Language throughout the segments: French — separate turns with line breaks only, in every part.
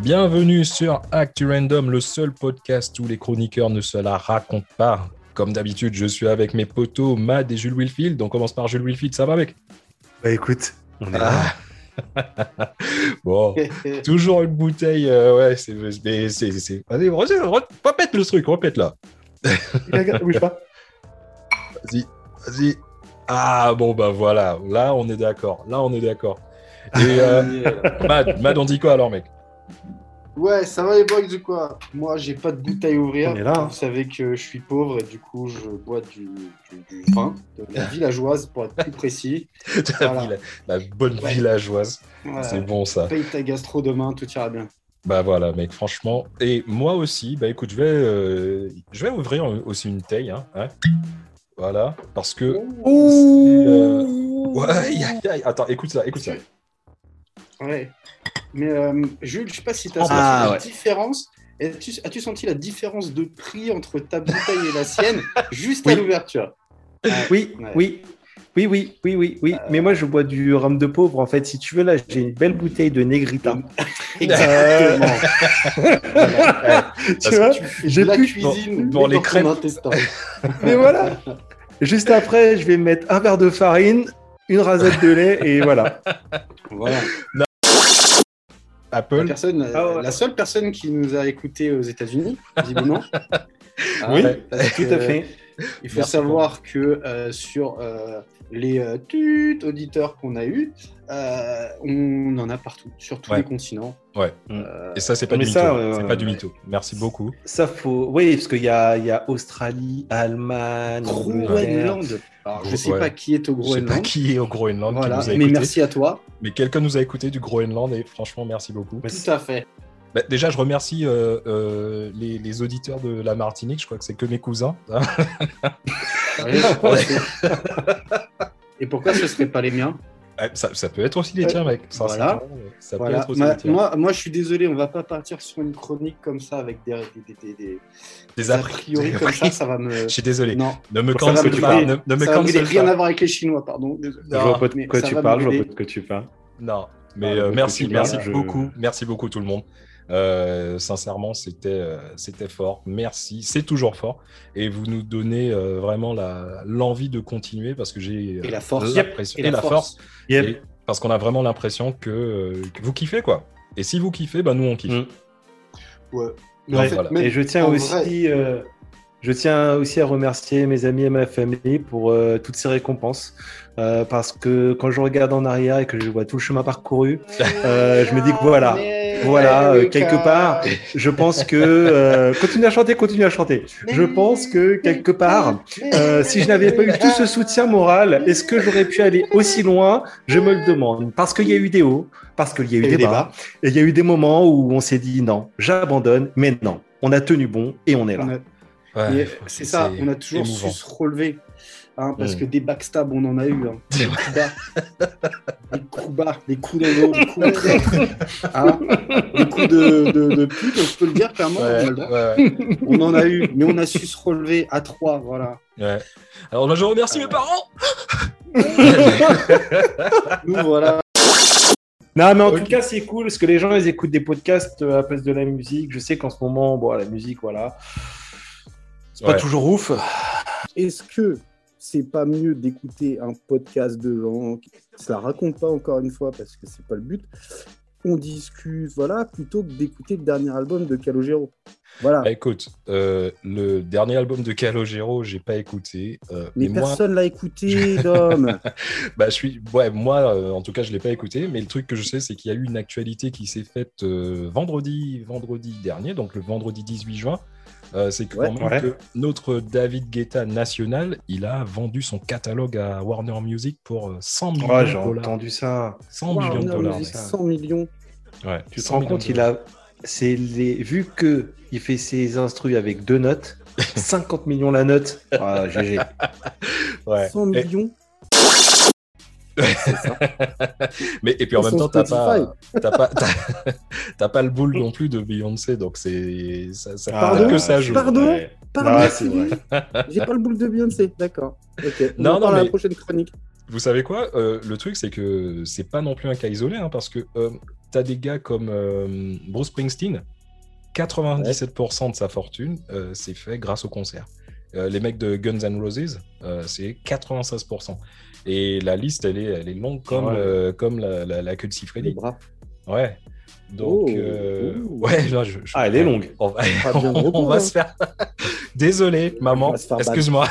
Bienvenue sur Act Random, le seul podcast où les chroniqueurs ne se la racontent pas. Comme d'habitude, je suis avec mes potos Mad et Jules Wilfield. On commence par Jules Wilfield, ça va mec
Bah écoute, on est là.
Ah. bon, toujours une bouteille. euh, ouais, c'est. c'est- c'est- c'est- Vas-y, re- re- repète le truc, repète là.
Bouge pas.
Vas-y, vas-y. Ah bon, bah voilà, là on est d'accord, là on est d'accord. Et euh, Mad, Mad, on dit quoi alors mec
Ouais, ça va les boys ou quoi Moi, j'ai pas de bouteille à ouvrir.
On est là, hein.
Vous savez que je suis pauvre et du coup, je bois du, du- du vin, de la villageoise pour être plus précis.
la,
Voilà.
villa- la bonne
Ouais.
villageoise,
Voilà.
c'est bon ça.
Paye ta gastro demain, tout ira bien.
Bah voilà, mec, franchement. Et moi aussi, bah écoute, je vais, euh, je vais ouvrir aussi une taille. Hein, hein. Voilà, parce que. c'est, euh, Ouais, aïe, aïe, aïe. Attends, écoute ça, écoute ça.
Ouais. Mais euh, Jules, je sais pas si t'as
Ah,
senti la
ouais.
différence. As-tu as-tu senti la différence de prix entre ta bouteille et la sienne juste à
Oui.
l'ouverture
Oui,
Ouais.
oui, oui, oui, oui, oui, oui. Mais moi, je bois du rhum de pauvre. En fait, si tu veux, là, j'ai une belle bouteille de Negrita.
Exactement. Voilà.
tu vois
Tu fais
j'ai
de la
plus-
cuisine
dans- dans
mais
les
ton
crêpes.
intestin.
Mais voilà. Juste après, je vais mettre un verre de farine, une rasette de lait et voilà.
Voilà. La,
Apple.
personne,
Ah ouais.
la seule personne qui nous a écoutés aux États-Unis, visiblement. Ah,
oui,
parce
tout
que
à fait.
Il faut
Merci.
savoir que euh, sur euh, les euh, tuts auditeurs qu'on a eus, euh, on en a partout, sur tous
Ouais.
les continents.
Ouais.
Euh,
Et ça, c'est pas,
Mais
du mytho.
ça, ouais,
C'est
ouais,
pas du
ouais.
mytho. Merci beaucoup.
Ça faut. Oui, parce qu'il y a, il y a Australie, Allemagne, Angleterre.
Groenland. Alors, je ne sais
Ouais.
pas qui est au
Je sais pas
Groenland.
qui est au Groenland
Voilà,
qui nous a
mais
écoutés,
merci à toi.
mais quelqu'un nous a écouté du Groenland et franchement, merci beaucoup.
Mais
Tout à fait.
Bah, déjà, je remercie euh, euh, les, les auditeurs de la Martinique. Je crois que c'est que mes cousins. hein.
Ouais, je pense que- Et pourquoi ce ne serait pas les miens
Ouais, Ah, ça, ça peut être aussi les tiens, mec. Ça,
Euh, Voilà.
c'est- Ça peut
Voilà.
être aussi
Ma-
les tiens.
moi, moi, je suis désolé, on va pas partir sur une chronique comme ça avec des, des, des- des-
Des
des a
appris-
priori
des
comme ça,
appris.
ça va me.
Je suis désolé.
Non,
Ne me
ça va me
cancel pas.
brûler.
Ne, ne me
ça va me brûler.
cancel
rien
pas.
à voir avec les Chinois, pardon. désolé.
Je vois pas
Mais
de quoi
ça
tu
va
parles, je vois
m'aider.
pas de quoi tu parles.
Non, mais
Ah,
euh,
donc,
merci,
tu
merci
parles, je-
beaucoup, merci beaucoup tout le monde. Euh, sincèrement, c'était euh, c'était fort. Merci, c'est toujours fort. Et vous nous donnez euh, vraiment la- l'envie de continuer parce que j'ai
Et
euh,
la force.
l'impression- et la force.
Yep.
Et- parce qu'on a vraiment l'impression que, euh, que vous kiffez quoi. Et si vous kiffez, bah nous on kiffe.
Mm.
Ouais. Mais
Ouais.
en fait,
Voilà.
même-
Et je tiens
en
aussi, euh, je tiens aussi à remercier mes amis et ma famille pour euh, toutes ces récompenses, Euh, parce que quand je regarde en arrière et que je vois tout le chemin parcouru, Euh, je me dis que voilà,
Mais-
voilà, euh,
Lucas.
quelque part, je pense que euh, continue à chanter, continue à chanter. Je pense que quelque part. euh, si je n'avais pas eu tout ce soutien moral, est-ce que j'aurais pu aller aussi loin Je me le demande. Parce qu'il y a eu des hauts, parce qu'il y a eu
Et
des
des
bas, et il y a eu des moments où on s'est dit non, j'abandonne, mais non, on a tenu bon et on est là.
On a-
Ouais,
mais C'est ça, on a toujours
émouvant.
su se relever. hein, parce
Mm.
que des backstabs, on en a eu. hein. Des coups bas. Des coups bas, des coups dans le haut, des coups de tête, hein. Des coups de, de, de pute, je peux le dire clairement. on a
Ouais,
le droit.
ouais, ouais.
On en a eu, mais on a su se relever à trois. Voilà.
Ouais. Alors là, je
Ah
remercie mes parents.
Nous, voilà.
Non, mais en
Ok.
tout cas, c'est cool parce que les gens, ils écoutent des podcasts euh, à la place de la musique. Je sais qu'en ce moment, bon, la musique, voilà, Oh, c'est
Ouais.
pas toujours ouf.
Est-ce que c'est pas mieux d'écouter un podcast de gens qui se la racontent pas encore une fois parce que c'est pas le but On discute, voilà, plutôt que d'écouter le dernier album de Calogero. Voilà.
Bah, écoute, euh, le dernier album de Calogero, j'ai pas écouté. euh,
Mais
mais moi,
personne l'a écouté, Dom.
Bah, je suis... ouais, moi, euh, en tout cas, je ne l'ai pas écouté, mais le truc que je sais, c'est qu'il y a eu une actualité qui s'est faite euh, vendredi, vendredi dernier, donc le vendredi 18 juin. Euh, c'est que,
Ouais.
quand même
Ouais.
que notre David Guetta national, il a vendu son catalogue à Warner Music pour euh, 100 millions
Oh,
de
j'ai
dollars.
entendu ça.
100
Warner
millions de dollars.
Music,
mec.
100 millions.
mec. Ouais,
Tu te
100
rends
millions
compte,
de
il
dollars.
a, c'est les, vu que il fait ses instrus avec deux notes, 50 millions la note. Ah, GG.
Ouais.
100
Et-
millions.
Mais et puis en
Ils
même
sont
temps, t'as pas,
Spotify.
t'as pas, t'as- t'as pas le boule non plus de Beyoncé, donc c'est ça, ça fait
Ah,
Pardon
que ça joue.
Pardon
Ouais.
Pardon,
Ah,
Ouais, c'est
Sylvie. J'ai pas le boule de Beyoncé, d'accord. Ok. On
Non,
en
non,
parle à
mais-
la prochaine chronique.
Vous savez quoi Euh, Le truc, c'est que c'est pas non plus un cas isolé, hein, parce que euh, t'as des gars comme euh, Bruce Springsteen, 97% de sa fortune, euh, c'est fait grâce aux concerts. Euh, les mecs de Guns N' Roses, euh, c'est 96%. Et la liste, elle est, elle est longue comme,
Ouais.
euh, comme la, la- la queue de
Les
Freddy.
bras.
Ouais. Donc,
Oh,
euh,
ouh.
ouais, là, je, je-
Ah, elle est longue.
On va,
Pas bien
on
répondre,
va
hein.
se faire. Désolé,
On
maman.
va se faire battre.
Excuse-moi.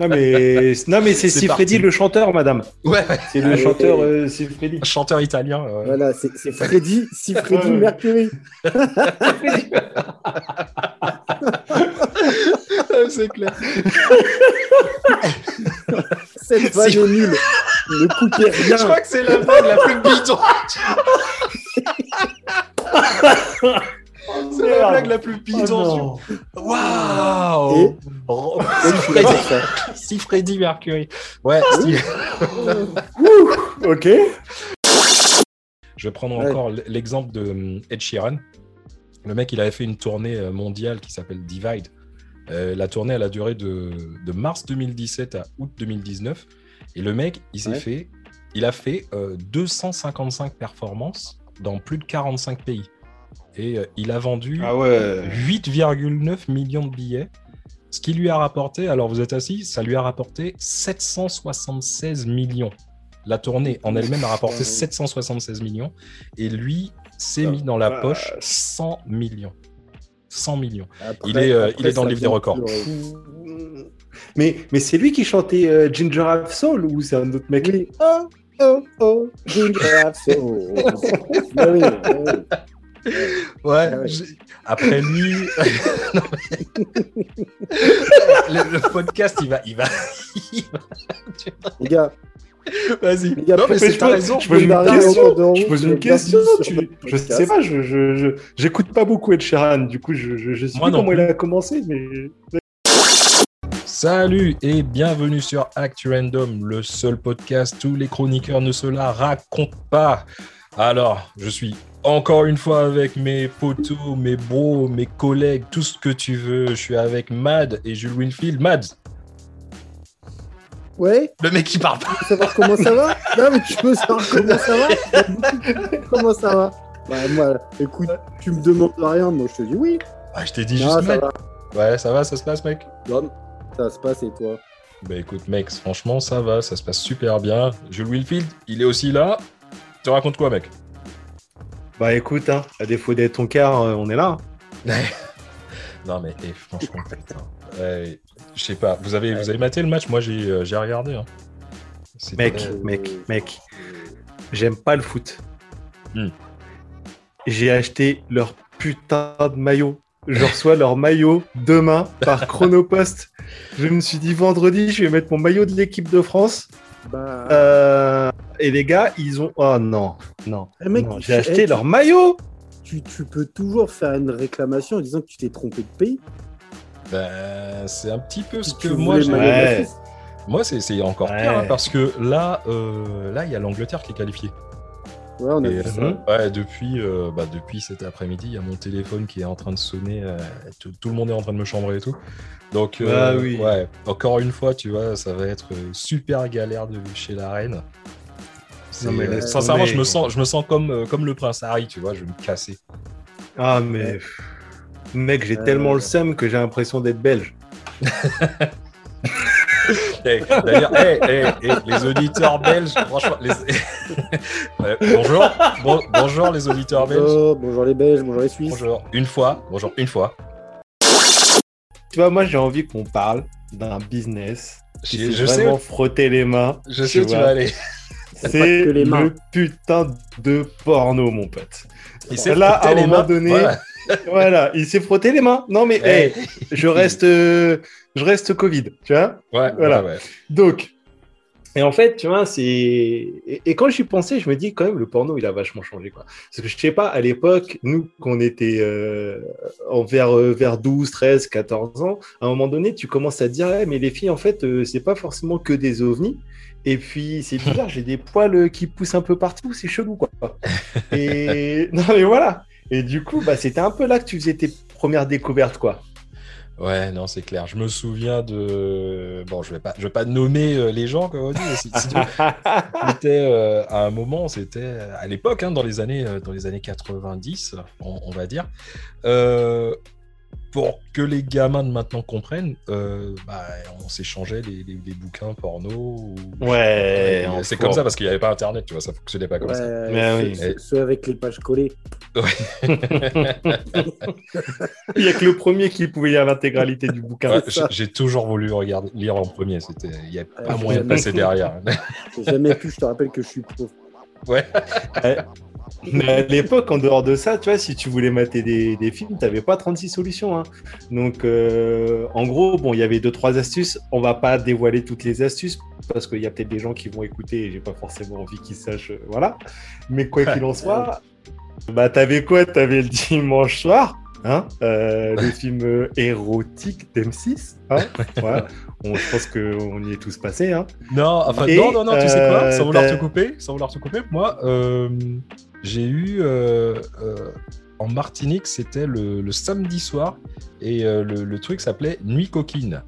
Non, mais, non, mais c'est
C'est
Sifredi,
parti.
le chanteur, madame.
Ouais,
C'est le
Allez.
chanteur euh, Sifredi.
chanteur italien. euh,
Voilà, c'est c'est Freddy, si Freddy
Ouais.
Mercury.
c'est clair.
Cette vanne
Si-
est nulle. Ne coupez
Je
rien.
crois que c'est la vanne la plus bidon. c'est la
merde.
blague la plus
Oh,
bidon.
non.
du- Waouh. Oh,
Même si c'est
Freddy-
ça.
Si Freddy Mercury.
Ah
Ouais, si-
Ok.
Je vais prendre
Ouais.
encore l- l'exemple de hum, Ed Sheeran. Le mec, il avait fait une tournée euh, mondiale qui s'appelle Divide. Euh, la tournée, elle a duré de, de mars 2017 à août 2019. Et le mec, il s'est
Ouais.
fait, il a fait euh, 255 performances dans plus de 45 pays. Et euh, il a vendu
Ah ouais.
8,9 millions de billets. Ce qui lui a rapporté, alors vous êtes assis, ça lui a rapporté 776 millions. La tournée en elle-même a rapporté
Ouais.
776 millions. Et lui s'est
Ah,
mis dans la
vache.
poche 100 millions. 100 millions.
Après-
Il est, euh, il est
après,
dans le livre
ça
des
vient
records.
toujours, euh,
Mais, mais c'est lui qui chantait euh, Ginger Have Soul ou c'est un autre mec
Oui. Oh, oh, oh, Ginger Axe, oh, oh. Ah oui, ah oui.
Ah
Ouais.
ouais.
j'ai- Après lui. Non, mais- le, le podcast, il va. Il va... il va-
Les gars,
Vas-y.
Les gars,
Non, mais
Mais
c'est
je
ta
pose-
raison.
je pose une
Bernard est
question,
encore dans-
Je pose
dans-
une question.
dans-
tu-
sur le
Je
podcast.
sais pas, je, je, je- j'écoute pas beaucoup Ed Sheeran, du coup je, je, je sais
Moi
plus
non
comment
plus.
il a commencé, mais
Salut et bienvenue sur Act Random, le seul podcast où les chroniqueurs ne se la racontent pas. Alors, je suis encore une fois avec mes potos, mes bros, mes collègues, tout ce que tu veux. Je suis avec Mad et Jules Winfield. Mad,
Ouais,
le mec qui parle pas.
tu veux savoir comment ça va Non, mais tu peux savoir comment ça va Comment ça va Bah, moi, écoute, tu me demandes rien, moi je te dis oui.
Ah, je t'ai dit
Non,
juste
ça
Mad.
va.
Ouais, ça va, ça se passe, mec
Non, ça se passe et toi
Bah écoute, mec, franchement, ça va, ça se passe super bien. Jules Winfield, il est aussi là. Tu racontes quoi, mec
bah écoute, hein, à défaut d'être ton quart, euh, on est là.
Non, mais eh, franchement, putain. Ouais, je sais pas. Vous avez, vous avez maté le match Moi, j'ai euh, j'ai regardé. hein. C'était-
Mec, mec, mec, j'aime pas le foot.
Hmm.
J'ai acheté leur putain de maillot. Je reçois leur maillot demain par Chronopost. Je me suis dit vendredi, je vais mettre mon maillot de l'équipe de France.
Bah,
Euh, et les gars, ils ont. Oh non, non.
Eh, mec,
non,
tu-
J'ai acheté
eh, tu-
leur maillot.
tu, tu peux toujours faire une réclamation en disant que tu t'es trompé de pays.
Ben, c'est un petit peu ce
Tu
que moi
voulais
j'ai.
Maillot de la
Ouais.
Suisse.
Moi, c'est- c'est encore
Ouais.
pire hein, parce que là, euh, là, il y a l'Angleterre qui est qualifiée.
Ouais, on a
Et,
vu ça.
euh, ouais, depuis, euh, bah, depuis cet après-midi, il y a mon téléphone qui est en train de sonner. euh, tout, tout le monde est en train de me chambrer et tout. Donc, euh,
Bah oui.
ouais, encore une fois, tu vois, ça va être euh, super galère de vivre chez la reine. C'est- euh,
Non, mais laisse
sincèrement,
tomber.
je me sens, je me sens comme, euh, comme le prince Harry, tu vois, je vais me casser.
Ah, mais. pff, Mec,
Euh,
j'ai tellement le seum que j'ai l'impression d'être belge.
Eh, D'ailleurs, eh, eh, eh, les auditeurs belges, franchement, les... Ouais, bonjour, bon- bonjour les auditeurs
Euh,
belges.
Bonjour, Oh, bonjour les Belges, bonjour les Suisses.
Bonjour, une fois, bonjour, une fois.
Tu vois, moi, j'ai envie qu'on parle d'un business qui
Je,
s'est
je sais,
vraiment frotté les mains.
je sais où tu
vois.
vas aller.
C'est
que les mains.
le putain de porno, mon pote.
Il s'est
Là,
frotté
à un
les
moment
mains.
donné,
Voilà.
voilà, il s'est frotté les mains. Non, mais
Eh.
hey, je reste, euh, je reste Covid, tu vois.
Ouais,
Voilà.
ouais, ouais.
Donc, et en fait, tu vois, c'est. Et, et quand j'y pensais, je me dis quand même, le porno, il a vachement changé, quoi. Parce que je sais pas, à l'époque, nous, qu'on était euh, en vers, euh, vers 12, 13, 14 ans, à un moment donné, tu commences à te dire, Eh, mais les filles, en fait, euh, c'est pas forcément que des ovnis. Et puis, c'est bizarre, j'ai des poils euh, qui poussent un peu partout, c'est chelou, quoi. Et. non, mais voilà. Et du coup, bah, c'était un peu là que tu faisais tes premières découvertes, quoi.
Ouais, non, c'est clair. Je me souviens de. Bon, je vais pas, je vais pas nommer euh, les gens, comme on dit. mais c'est- c'est- c'était, euh, à un moment, c'était euh, à l'époque, hein, dans les années, euh, dans les années 90, on, on va dire. Euh, pour que les gamins de maintenant comprennent, euh, bah, on s'échangeait les, les- les bouquins porno. ou-
Ouais,
Et
en
c'est
cours.
comme ça parce qu'il n'y avait pas Internet, tu vois, ça fonctionnait pas comme
Ouais,
ça.
Mais
ceux- Ceux avec les pages collées.
Il y a que le premier qui pouvait lire l'intégralité du bouquin.
Ouais, j'ai- j'ai toujours voulu regarder, lire en premier. C'était, il n'y a pas
Euh,
moyen de passer derrière.
J'ai jamais pu, je te rappelle que je suis pauvre.
ouais.
Mais à l'époque, en dehors de ça, tu vois, si tu voulais mater des, des films, t'avais pas 36 solutions. hein. Donc, euh, en gros, bon, il y avait deux trois astuces. On va pas dévoiler toutes les astuces parce qu'il y a peut-être des gens qui vont écouter et j'ai pas forcément envie qu'ils sachent. euh, voilà. Mais quoi qu'il en soit, bah, t'avais quoi T'avais le dimanche soir, hein euh, le film euh, érotique d'M6. Hein voilà. On- je pense qu'on y est tous passés. Hein
Non, enfin,
Et,
non, non, non, tu sais quoi
euh,
Sans vouloir
t'as-
te couper, sans vouloir te couper, moi, euh, j'ai eu euh, euh, en Martinique, c'était le, le samedi soir, et euh, le, le truc s'appelait Nuit coquine.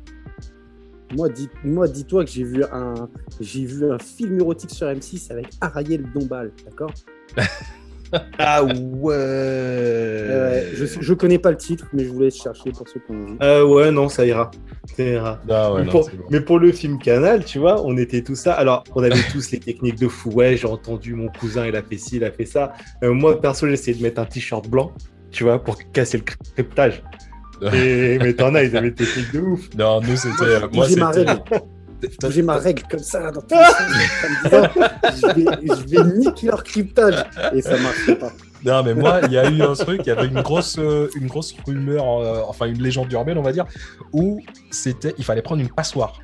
Moi, dis- moi, dis-toi que j'ai vu un, j'ai vu un film érotique sur M6 avec Ariel Dombal, d'accord
Ah ouais.
Euh, je, je connais pas le titre, mais je vous laisse chercher pour ceux qui ont vu.
Euh, ouais, non, ça ira. Ça ira.
Ah ouais,
mais,
non,
pour,
c'est bon.
mais pour le film Canal, tu vois, on était tous ça. Alors, on avait tous les techniques de fou. Ouais, j'ai entendu mon cousin, il a fait ci, il a fait ça. Euh, moi, perso, j'ai essayé de mettre un t-shirt blanc, tu vois, pour casser le cryptage. Et, mais t'en as, ils avaient des techniques de ouf.
Non, nous, c'était. euh, moi,
j'ai ma
c'était.
règle, j'ai ma règle comme ça là, dans tous les sens, en me disant, je, vais, je vais niquer leur cryptage et ça marche pas.
Non, mais moi, il y a eu un truc, il y avait une grosse, euh, une grosse rumeur, euh, enfin une légende urbaine, on va dire, où c'était, il fallait prendre une passoire.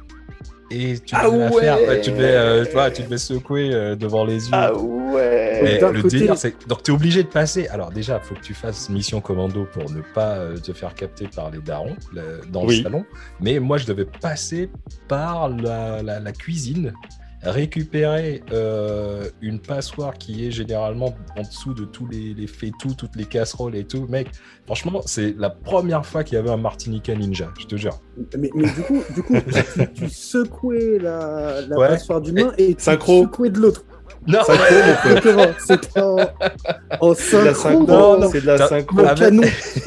Et tu devais
Ah
la
ouais. Ah
faire, ouais, tu devais, euh, tu vois, tu devais secouer euh, devant les yeux.
Ah
ouais.
Mais
D'un
le
côté-
délire, c'est donc t'es obligé de passer. Alors déjà, faut que tu fasses mission commando pour ne pas euh, te faire capter par les darons là, dans
Oui.
le salon. Mais moi, je devais passer par la, la- la cuisine, récupérer euh, une passoire qui est généralement en dessous de tous les, les fétous, toutes les casseroles et tout. Mec, franchement, c'est la première fois qu'il y avait un Martiniquais ninja. Je te jure.
Mais, mais du coup, du coup, tu, tu secouais la, la
Ouais.
passoire d'une main et tu
Synchro.
secouais de l'autre.
Non,
Synchro, mon pote.
Exactement. C'était en, en
C'est de la
synchro,
synchro.
en-
non,
C'est de la
t'as-
synchro.
en
Avec-
canon,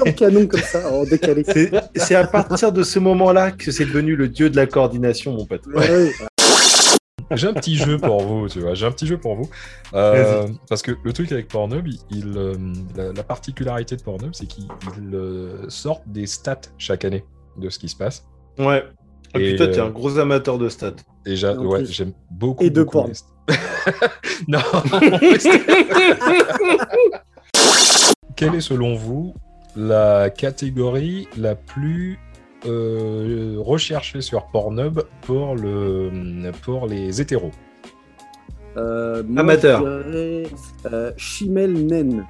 en canon comme ça, en décalé.
C'est c'est à partir de ce moment-là que c'est devenu le dieu de la coordination, mon pote.
Ouais, ouais.
J'ai un petit jeu pour vous, tu vois. J'ai un petit jeu pour vous. Euh, parce que le truc avec Pornhub, il, il, euh, la, la particularité de Pornhub, c'est qu'ils ils, euh, sortent des stats chaque année de ce qui se passe.
Ouais. Ah,
Et,
putain, t'es
euh,
un gros amateur de stats.
Et j'a-
Et en
ouais,
plus-
j'aime beaucoup.
et de
beaucoup
porn.
les stats. non. en plus- Quelle est selon vous la catégorie la plus euh, recherchée sur Pornhub pour, le, pour les hétéros
Euh, moi,
Amateur.
je dirais, euh, Chimel Nen.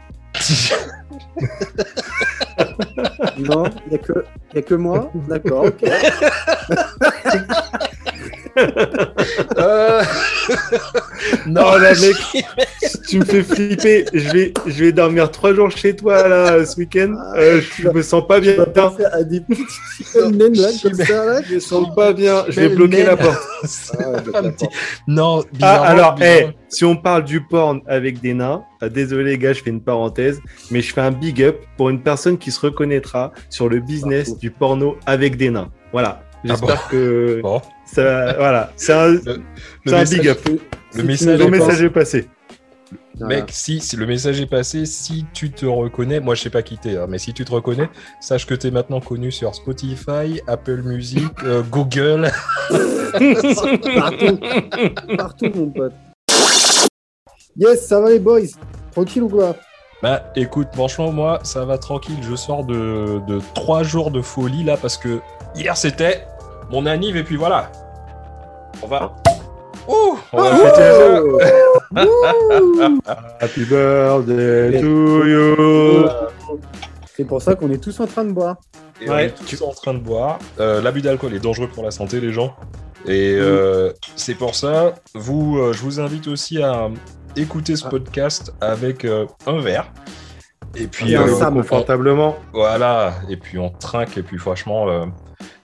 Non, il n'y a, que- y a que moi. D'accord. ok.
Euh,
Non, là, mec, tu me fais flipper. Je vais, je vais dormir trois jours chez toi, là, ce week-end. Euh, je me sens pas
Tu
bien.
vas penser à des petites Chimel Nen là, comme ça. Ah Là.
Je me sens pas bien. Je vais bloquer la porte.
Un petit- Non,
Ah,
bizarrement,
alors,
bizarrement.
eh, si on parle du porn avec des nains, ah, désolé, les gars, je fais une parenthèse, mais je fais un big up pour une personne qui se reconnaîtra sur le business du porno avec des nains. Voilà. J'espère que
Bon,
ça. Voilà. C'est un,
le
c'est un
message-
big up.
Le
tu
message
nous
Le
est
entends,
message est passé.
voilà.
Mec, si, si le message est passé, si tu te reconnais, moi je sais pas qui t'es, hein, mais si tu te reconnais, sache que t'es maintenant connu sur Spotify, Apple Music, euh, Google.
Partout. Partout, mon pote. Yes, ça va les boys Tranquille ou quoi
Bah écoute, franchement, moi ça va tranquille, je sors de, de trois jours de folie là parce que hier c'était mon anniv et puis voilà. On va. Ouh, on va fêter ça.
Oh
Happy birthday to you.
C'est pour ça qu'on est tous en train de boire.
Et on
Ouais.
est tous en train de boire. Euh, L'abus d'alcool est dangereux pour la santé, les gens. Et
Mm.
euh, c'est pour ça, vous, euh, je vous invite aussi à écouter ce
Ah.
podcast avec euh, un verre. Et puis,
Et
Ah,
euh,
un
on
Sam,
on- on-
confortablement.
voilà, et puis on trinque, et puis franchement, euh,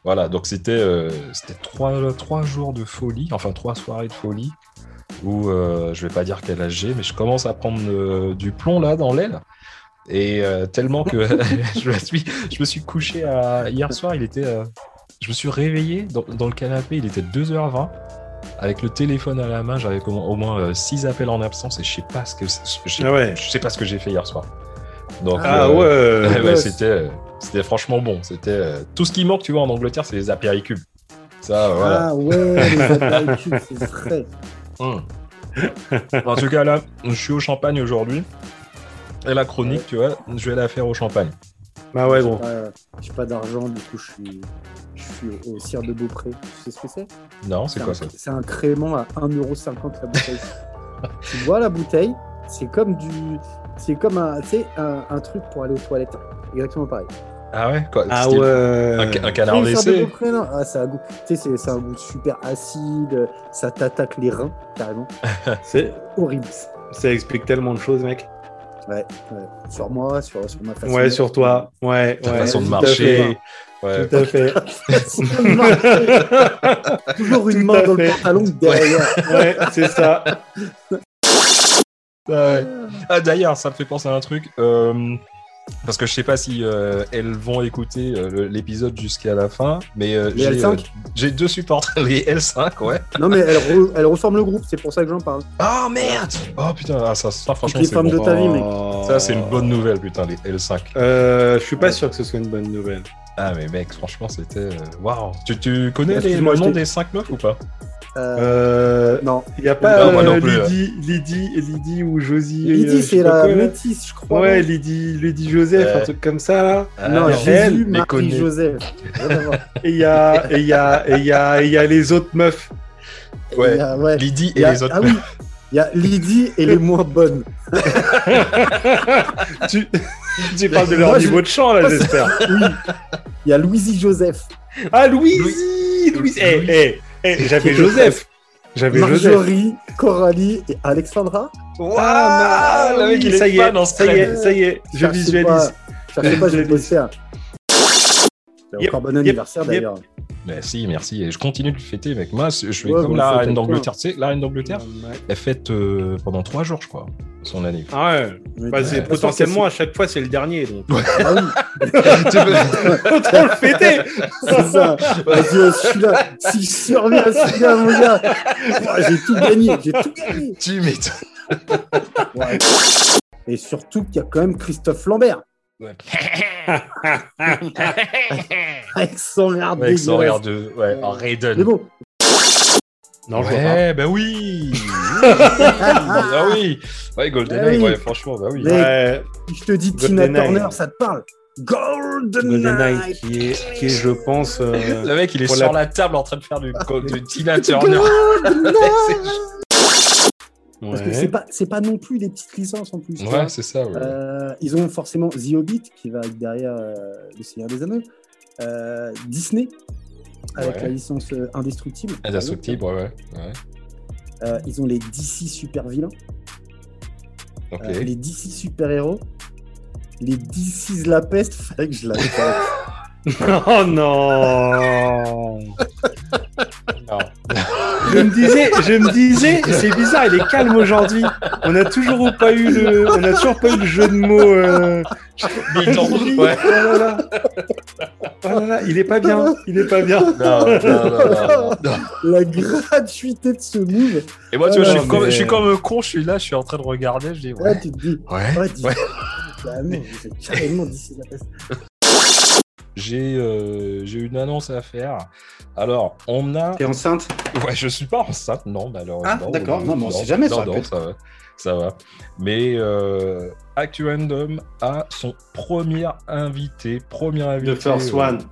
voilà, donc c'était euh, c'était trois, trois jours de folie, enfin trois soirées de folie, où euh, je vais pas dire quel âge j'ai, mais je commence à prendre euh, du plomb là dans l'aile, et euh, tellement que je, me suis, je me suis couché à, hier soir, il était, euh, je me suis réveillé dans, dans le canapé, il était 2h20. Avec le téléphone à la main, j'avais au moins- au moins 6 appels en absence et je sais pas ce que je sais,
Ah ouais.
je sais pas ce que j'ai fait hier soir. Donc,
Ah
euh,
ouais.
Ouais, ouais,
ouais,
c'était, euh, c'était franchement bon. C'était euh, tout ce qui manque, tu vois, en Angleterre, c'est les apéricubes. Ça, euh, voilà.
Ah ouais, les apéricubes, c'est vrai.
Ah. Mm. en tout cas, là, je suis au champagne aujourd'hui. Et la chronique, tu vois, je vais la faire au champagne.
Bah ouais, gros.
Euh, J'ai pas d'argent, du coup, je suis, je suis au cire de Beaupré. Tu sais ce que c'est
Non, c'est
un-
quoi ça
C'est un crément à 1,50€ la bouteille. tu vois la bouteille, c'est comme du. C'est comme un, tu sais, un, un truc pour aller aux toilettes. Exactement pareil.
Ah ouais quoi,
Ah
style-
ouais.
Un, ca- un
Tu
canard
sais, le cire de
WC
Beaupré, non ah, ça a un goût, tu sais, c'est c'est un goût super acide, ça t'attaque les reins, carrément.
C'est-
Horrible.
Ça explique tellement de choses, mec.
Ouais. Sur moi, sur, sur ma façon
Ouais,
d'être.
sur toi. Ouais,
Ta
ouais,
façon de
tout à
marcher.
fait.
ouais.
Tout à fait.
Façon de marcher. Toujours une
Tout
main
à
dans
fait.
le pantalon derrière.
Ouais, c'est ça.
Ah, d'ailleurs, ça me fait penser à un truc. euh, parce que je sais pas si euh, elles vont écouter euh, le- l'épisode jusqu'à la fin, mais euh,
Les
j'ai,
L5?
euh, j'ai deux supporters, les L5, ouais.
Non, mais elle, re- elle reforme le groupe, c'est pour ça que j'en parle.
Oh merde Oh putain, ah, ça, ça franchement
les
c'est
femmes
bon. hein.
de ta vie, mec.
Oh.
Ça c'est une bonne nouvelle putain, les L5.
Euh, je suis pas sûr que ce soit une bonne nouvelle.
Ah mais mec, franchement c'était... euh, Waouh Tu, tu connais les,
Excuse-moi,
le
je
nom
t'ai-
des 5 meufs ou pas
Euh,
Euh,
Non.
il y a pas
Non, moi non
euh,
plus,
Lydie, Lydie, Lydie ou Josie. euh,
Lydie,
je sais
c'est
pas
la
quoi, là.
métisse, je crois.
Ouais, Lydie, Lydie Joseph,
Ouais.
un truc comme ça là.
Non,
Ah,
Jésus,
les
Marie,
connais.
Joseph. Rien à voir.
Et il y a, et il y a, et il y a, et il y a les autres meufs.
Ouais.
Il y a- ouais.
Lydie
Il
et
y a-
les autres
Ah
meufs.
oui, il y a Lydie et les moins bonnes.
tu, tu parles de leur
Moi, je-
niveau de chant là, j'espère.
Oui. Il y a Louisie Joseph.
Ah Louisie,
Louis-
Louise. Eh,
Louis-
eh, eh, j'avais Joseph. J'avais Joseph.
Marjorie, Coralie et Alexandra.
Ah,
le mec, il est
ça y
pas
est,
dans ce
ça y est,
thème.
ça y est, je
Cherchez
visualise.
pas- Cherchez pas, je vais vous le faire. Et
Yep,
Encore bon anniversaire
yep,
d'ailleurs.
Merci, merci. Et je continue de le fêter mec. Moi je suis
Ouais,
comme
bon,
la
fête avec
reine
toi.
d'Angleterre. Tu sais, la reine d'Angleterre,
Ouais.
elle fête euh, pendant 3 jours je crois, son année.
Ah ouais,
Mais euh,
bah,
de
c'est
toute façon,
potentiellement à chaque fois c'est le dernier donc.
c'est- Ah oui,
Autant le fêter.
c'est ça. Vas-y, euh, celui-là, si je surviens à celui-là, mon gars, ouah, j'ai tout gagné, j'ai tout gagné.
tu m'étonnes.
Ouais. Et surtout qu'il y a quand même Christophe Lambert.
Ouais.
Avec son regard
Avec son
dégueulasse.
regard de... Ouais, en Raiden.
Mais bon,
Non, je vois pas.
ouais, bah oui Ah oui Ouais,
Ah
GoldenEye,
oui.
ouais, franchement, bah oui.
Mais-
Ouais,
si je te dis
Golden
Tina
Eye.
Turner, ça te parle Golden
GoldenEye
Knight
qui est, qui est, je pense, euh,
Le mec, il est
Pour
sur
la-
la... table en train de faire du, de Tina Turner. C'est-
Parce
ouais.
que c'est pas, c'est pas non plus des petites licences en plus. tu vois.
ouais, c'est ça, ouais.
Euh, ils ont forcément The Hobbit qui va avec derrière euh, Le Seigneur des Anneaux, Euh, Disney
Ouais.
avec
Ah,
la licence euh, Indestructible.
Indestructible, ouais, ouais. ouais.
Euh, ils ont les DC super vilains,
Ok.
euh, les DC super héros, les DC's la peste. Fallait que je l'avais pas.
Oh non
Non.
Je me disais, je me disais, c'est bizarre, il est calme aujourd'hui. On a toujours pas eu le, on a toujours pas eu le jeu de mots. euh,
Militant, ouais.
Oh là là. Oh là là, il est pas bien, il est pas bien.
Non, non, non, non, non.
la gratuité de ce move.
Et moi, tu vois, je
Non,
suis, comme,
mais-
je suis comme un con, je suis là, je suis en train de regarder, je dis,
Là,
ouais.
tu te dis,
Ouais.
ouais, tu- Bah non, c'est carrément DC's la peste.
J'ai euh, j'ai une annonce à faire. Alors, on a.
T'es enceinte
Ouais, je suis pas enceinte, non, malheureusement.
Ah, d'accord. Non, mais on
non,
sait jamais,
non,
ça
non,
peut être.
ça va. Ça va. Mais euh, Actuandum a son premier invité, premier invité.
The first
euh,
one.
de-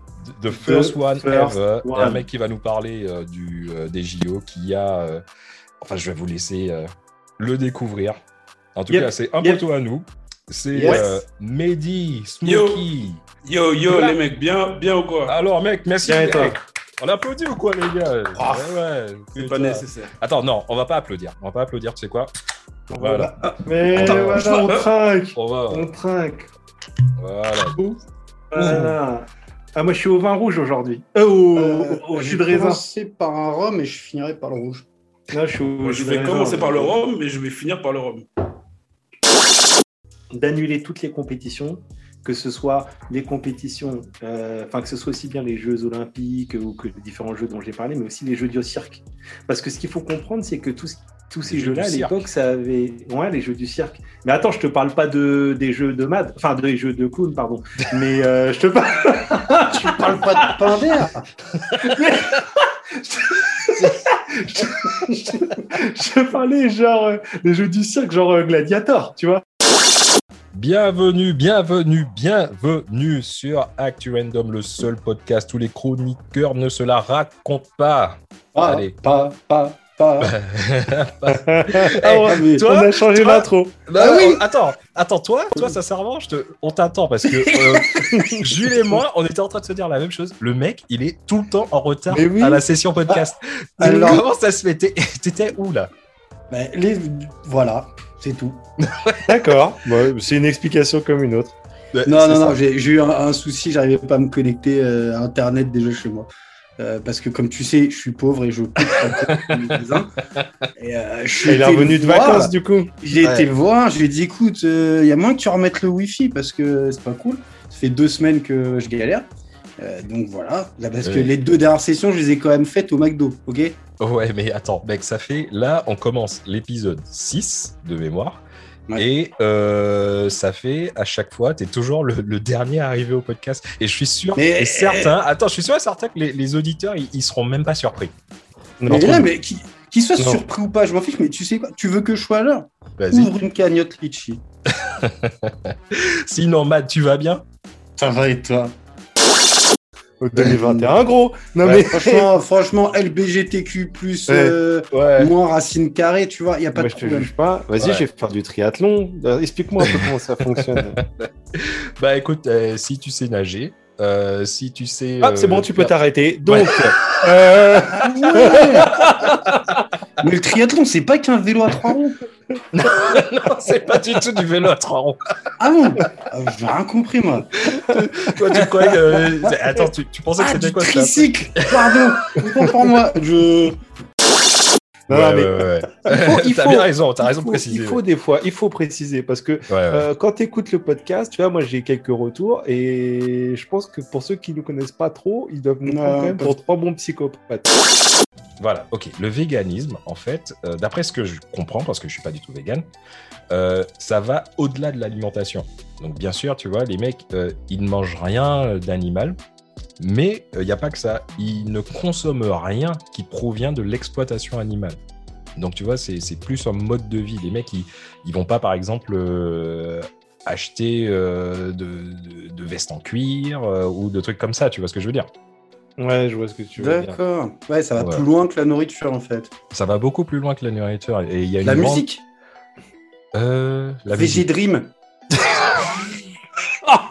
de First
The
One
first
Ever.
one.
Et Un mec qui va nous parler euh, du, euh, des JO qui a. euh, enfin, je vais vous laisser euh, le découvrir. En tout
Yep.
cas, c'est un
Yep.
poteau à nous. C'est
Yes.
euh, Mehdi
Yo.
Smokey.
Yo, yo,
Voilà.
les mecs, bien, bien ou quoi
Alors, mec, merci.
Bien, et toi Ah,
Hey, On applaudit ou quoi, les gars Ouais, ouais.
C'est
Putain.
pas nécessaire.
Attends, non, on va pas applaudir. On va pas applaudir, tu sais quoi
On
Voilà.
Mais
Ah, Attends,
voilà,
je-
on trinque,
On va.
on trinque.
Voilà.
Voilà. Ah, moi, je suis au vin rouge aujourd'hui.
Oh,
Euh, au, au jus de
Je
raisin.
commencerai par un rhum et je finirai par le rouge.
Là, je suis au
Moi,
jus
je
de
vais
raisin.
commencer par le rhum, mais je vais finir par le rhum.
D'annuler toutes les compétitions, que ce soit les compétitions, euh, enfin, que ce soit aussi bien les Jeux Olympiques ou que les différents jeux dont j'ai parlé, mais aussi les Jeux du cirque. Parce que ce qu'il faut comprendre, c'est que tous, tous ces
Les jeux
jeux-là, à
du cirque.
l'époque, ça avait. Ouais, les Jeux du cirque. Mais attends, je te parle pas de, des jeux de mad, enfin, des jeux de clown, pardon. Mais euh, je te parle.
Tu
Ah,
parles pas de pain vert
je parlais genre euh, les jeux du cirque, genre euh, Gladiator, tu vois.
Bienvenue, bienvenue, bienvenue sur Actu Random, le seul podcast où les chroniqueurs ne se la racontent pas.
Ah,
Allez.
Pas, pas, pas.
Ah ouais,
mais
toi,
on a changé
toi-
l'intro.
Bah
Ah oui.
oh, Attends, attends, toi, toi, sincèrement, je te... on t'attend parce que euh, Jules et moi, on était en train de se dire la même chose. Le mec, il est tout le temps en retard
Mais oui.
à la session podcast.
Ah, alors-
Comment ça se fait T'es- T'étais où là
Mais les... Voilà, c'est tout.
D'accord. Bon, c'est une explication comme une autre.
C'est
Non, non,
ça.
non, j'ai j'ai eu un, un souci, j'arrivais pas à me connecter euh, à Internet déjà chez moi. Euh, parce que comme tu sais, je suis pauvre et je coupe la tête de mes voisins. Et, euh, je
Il
suis
est
allé le
revenu de
voir.
vacances du coup.
J'ai
Ouais.
été le voir, je lui ai dit écoute, il y a moins que tu remettes le Wi-Fi parce que c'est pas cool. Ça fait deux semaines que je galère. Euh, donc voilà, Là, parce que
Ouais.
les deux dernières sessions, je les ai quand même faites au McDo, ok
Ouais, mais attends, mec, ça fait. Là, on commence l'épisode 6 de mémoire.
Ouais.
Et euh, ça fait à chaque fois, t'es toujours le, le dernier arrivé au podcast. Et je suis sûr
Mais-
et
eh,
certain, attends, je suis sûr et certain que les, les auditeurs, ils, ils seront même pas surpris.
Mais
Entre
là,
nous.
mais qui- qu'il soit
Non.
surpris ou pas, je m'en fiche, mais tu sais quoi, tu veux que je sois à l'heure
Vas-y.
Ouvre une cagnotte Litchi.
Sinon, Matt, tu vas bien
Ça va et toi
2021, gros. Non
Ouais.
mais.
franchement, franchement, LBGTQ, plus, euh,
Ouais.
moins racine carrée, tu vois, il n'y a pas
Moi,
de
je te
problème.
juge pas. Vas-y,
Ouais.
je vais faire du triathlon. Euh, Explique-moi un peu comment ça fonctionne. Euh,
Bah écoute, euh, si tu sais nager, euh, si tu sais.
Ah,
euh,
c'est bon, tu peux
faire-
t'arrêter. Donc, euh,
Ah Mais le triathlon, c'est pas qu'un vélo à trois roues.
C'est pas du tout du vélo à trois roues.
Ah bon Ah, J'ai rien compris, moi.
Toi, tu croyais que. euh, c'est- Attends, tu, tu pensais que
Ah,
c'était
du
quoi ça
tricycle Pardon, autant pour moi. Je...
non,
Ouais,
non,
ouais,
mais
ouais, ouais.
il
T'as
faut-
bien raison, t'as
il
raison de
faut-
préciser.
Il faut des fois, il faut préciser parce que
Ouais, ouais.
Euh, quand tu écoutes le podcast, tu vois, moi j'ai quelques retours et je pense que pour ceux qui ne connaissent pas trop, ils doivent nous prendre
Ouais,
quand même
parce-
pour trois bons psychopathes.
Voilà, ok. Le véganisme, en fait, euh, d'après ce que je comprends, parce que je suis pas du tout vegan, euh, ça va au-delà de l'alimentation. Donc, bien sûr, tu vois, les mecs, euh, ils ne mangent rien euh, d'animal, mais il n'y a pas que ça. Ils ne consomment rien qui provient de l'exploitation animale. Donc, tu vois, c'est c'est plus un mode de vie. Les mecs, ils, ils vont pas, par exemple, euh, acheter euh, de, de- de vestes en cuir euh, ou de trucs comme ça, tu vois ce que je veux dire
Ouais, je vois ce que tu veux dire.
D'accord. Ouais, ça va
Ouais.
plus loin que la nourriture, en fait.
Ça va beaucoup plus loin que la nourriture. Et il y a une
la
grande-
musique
Euh, la
VG
musique.
Dream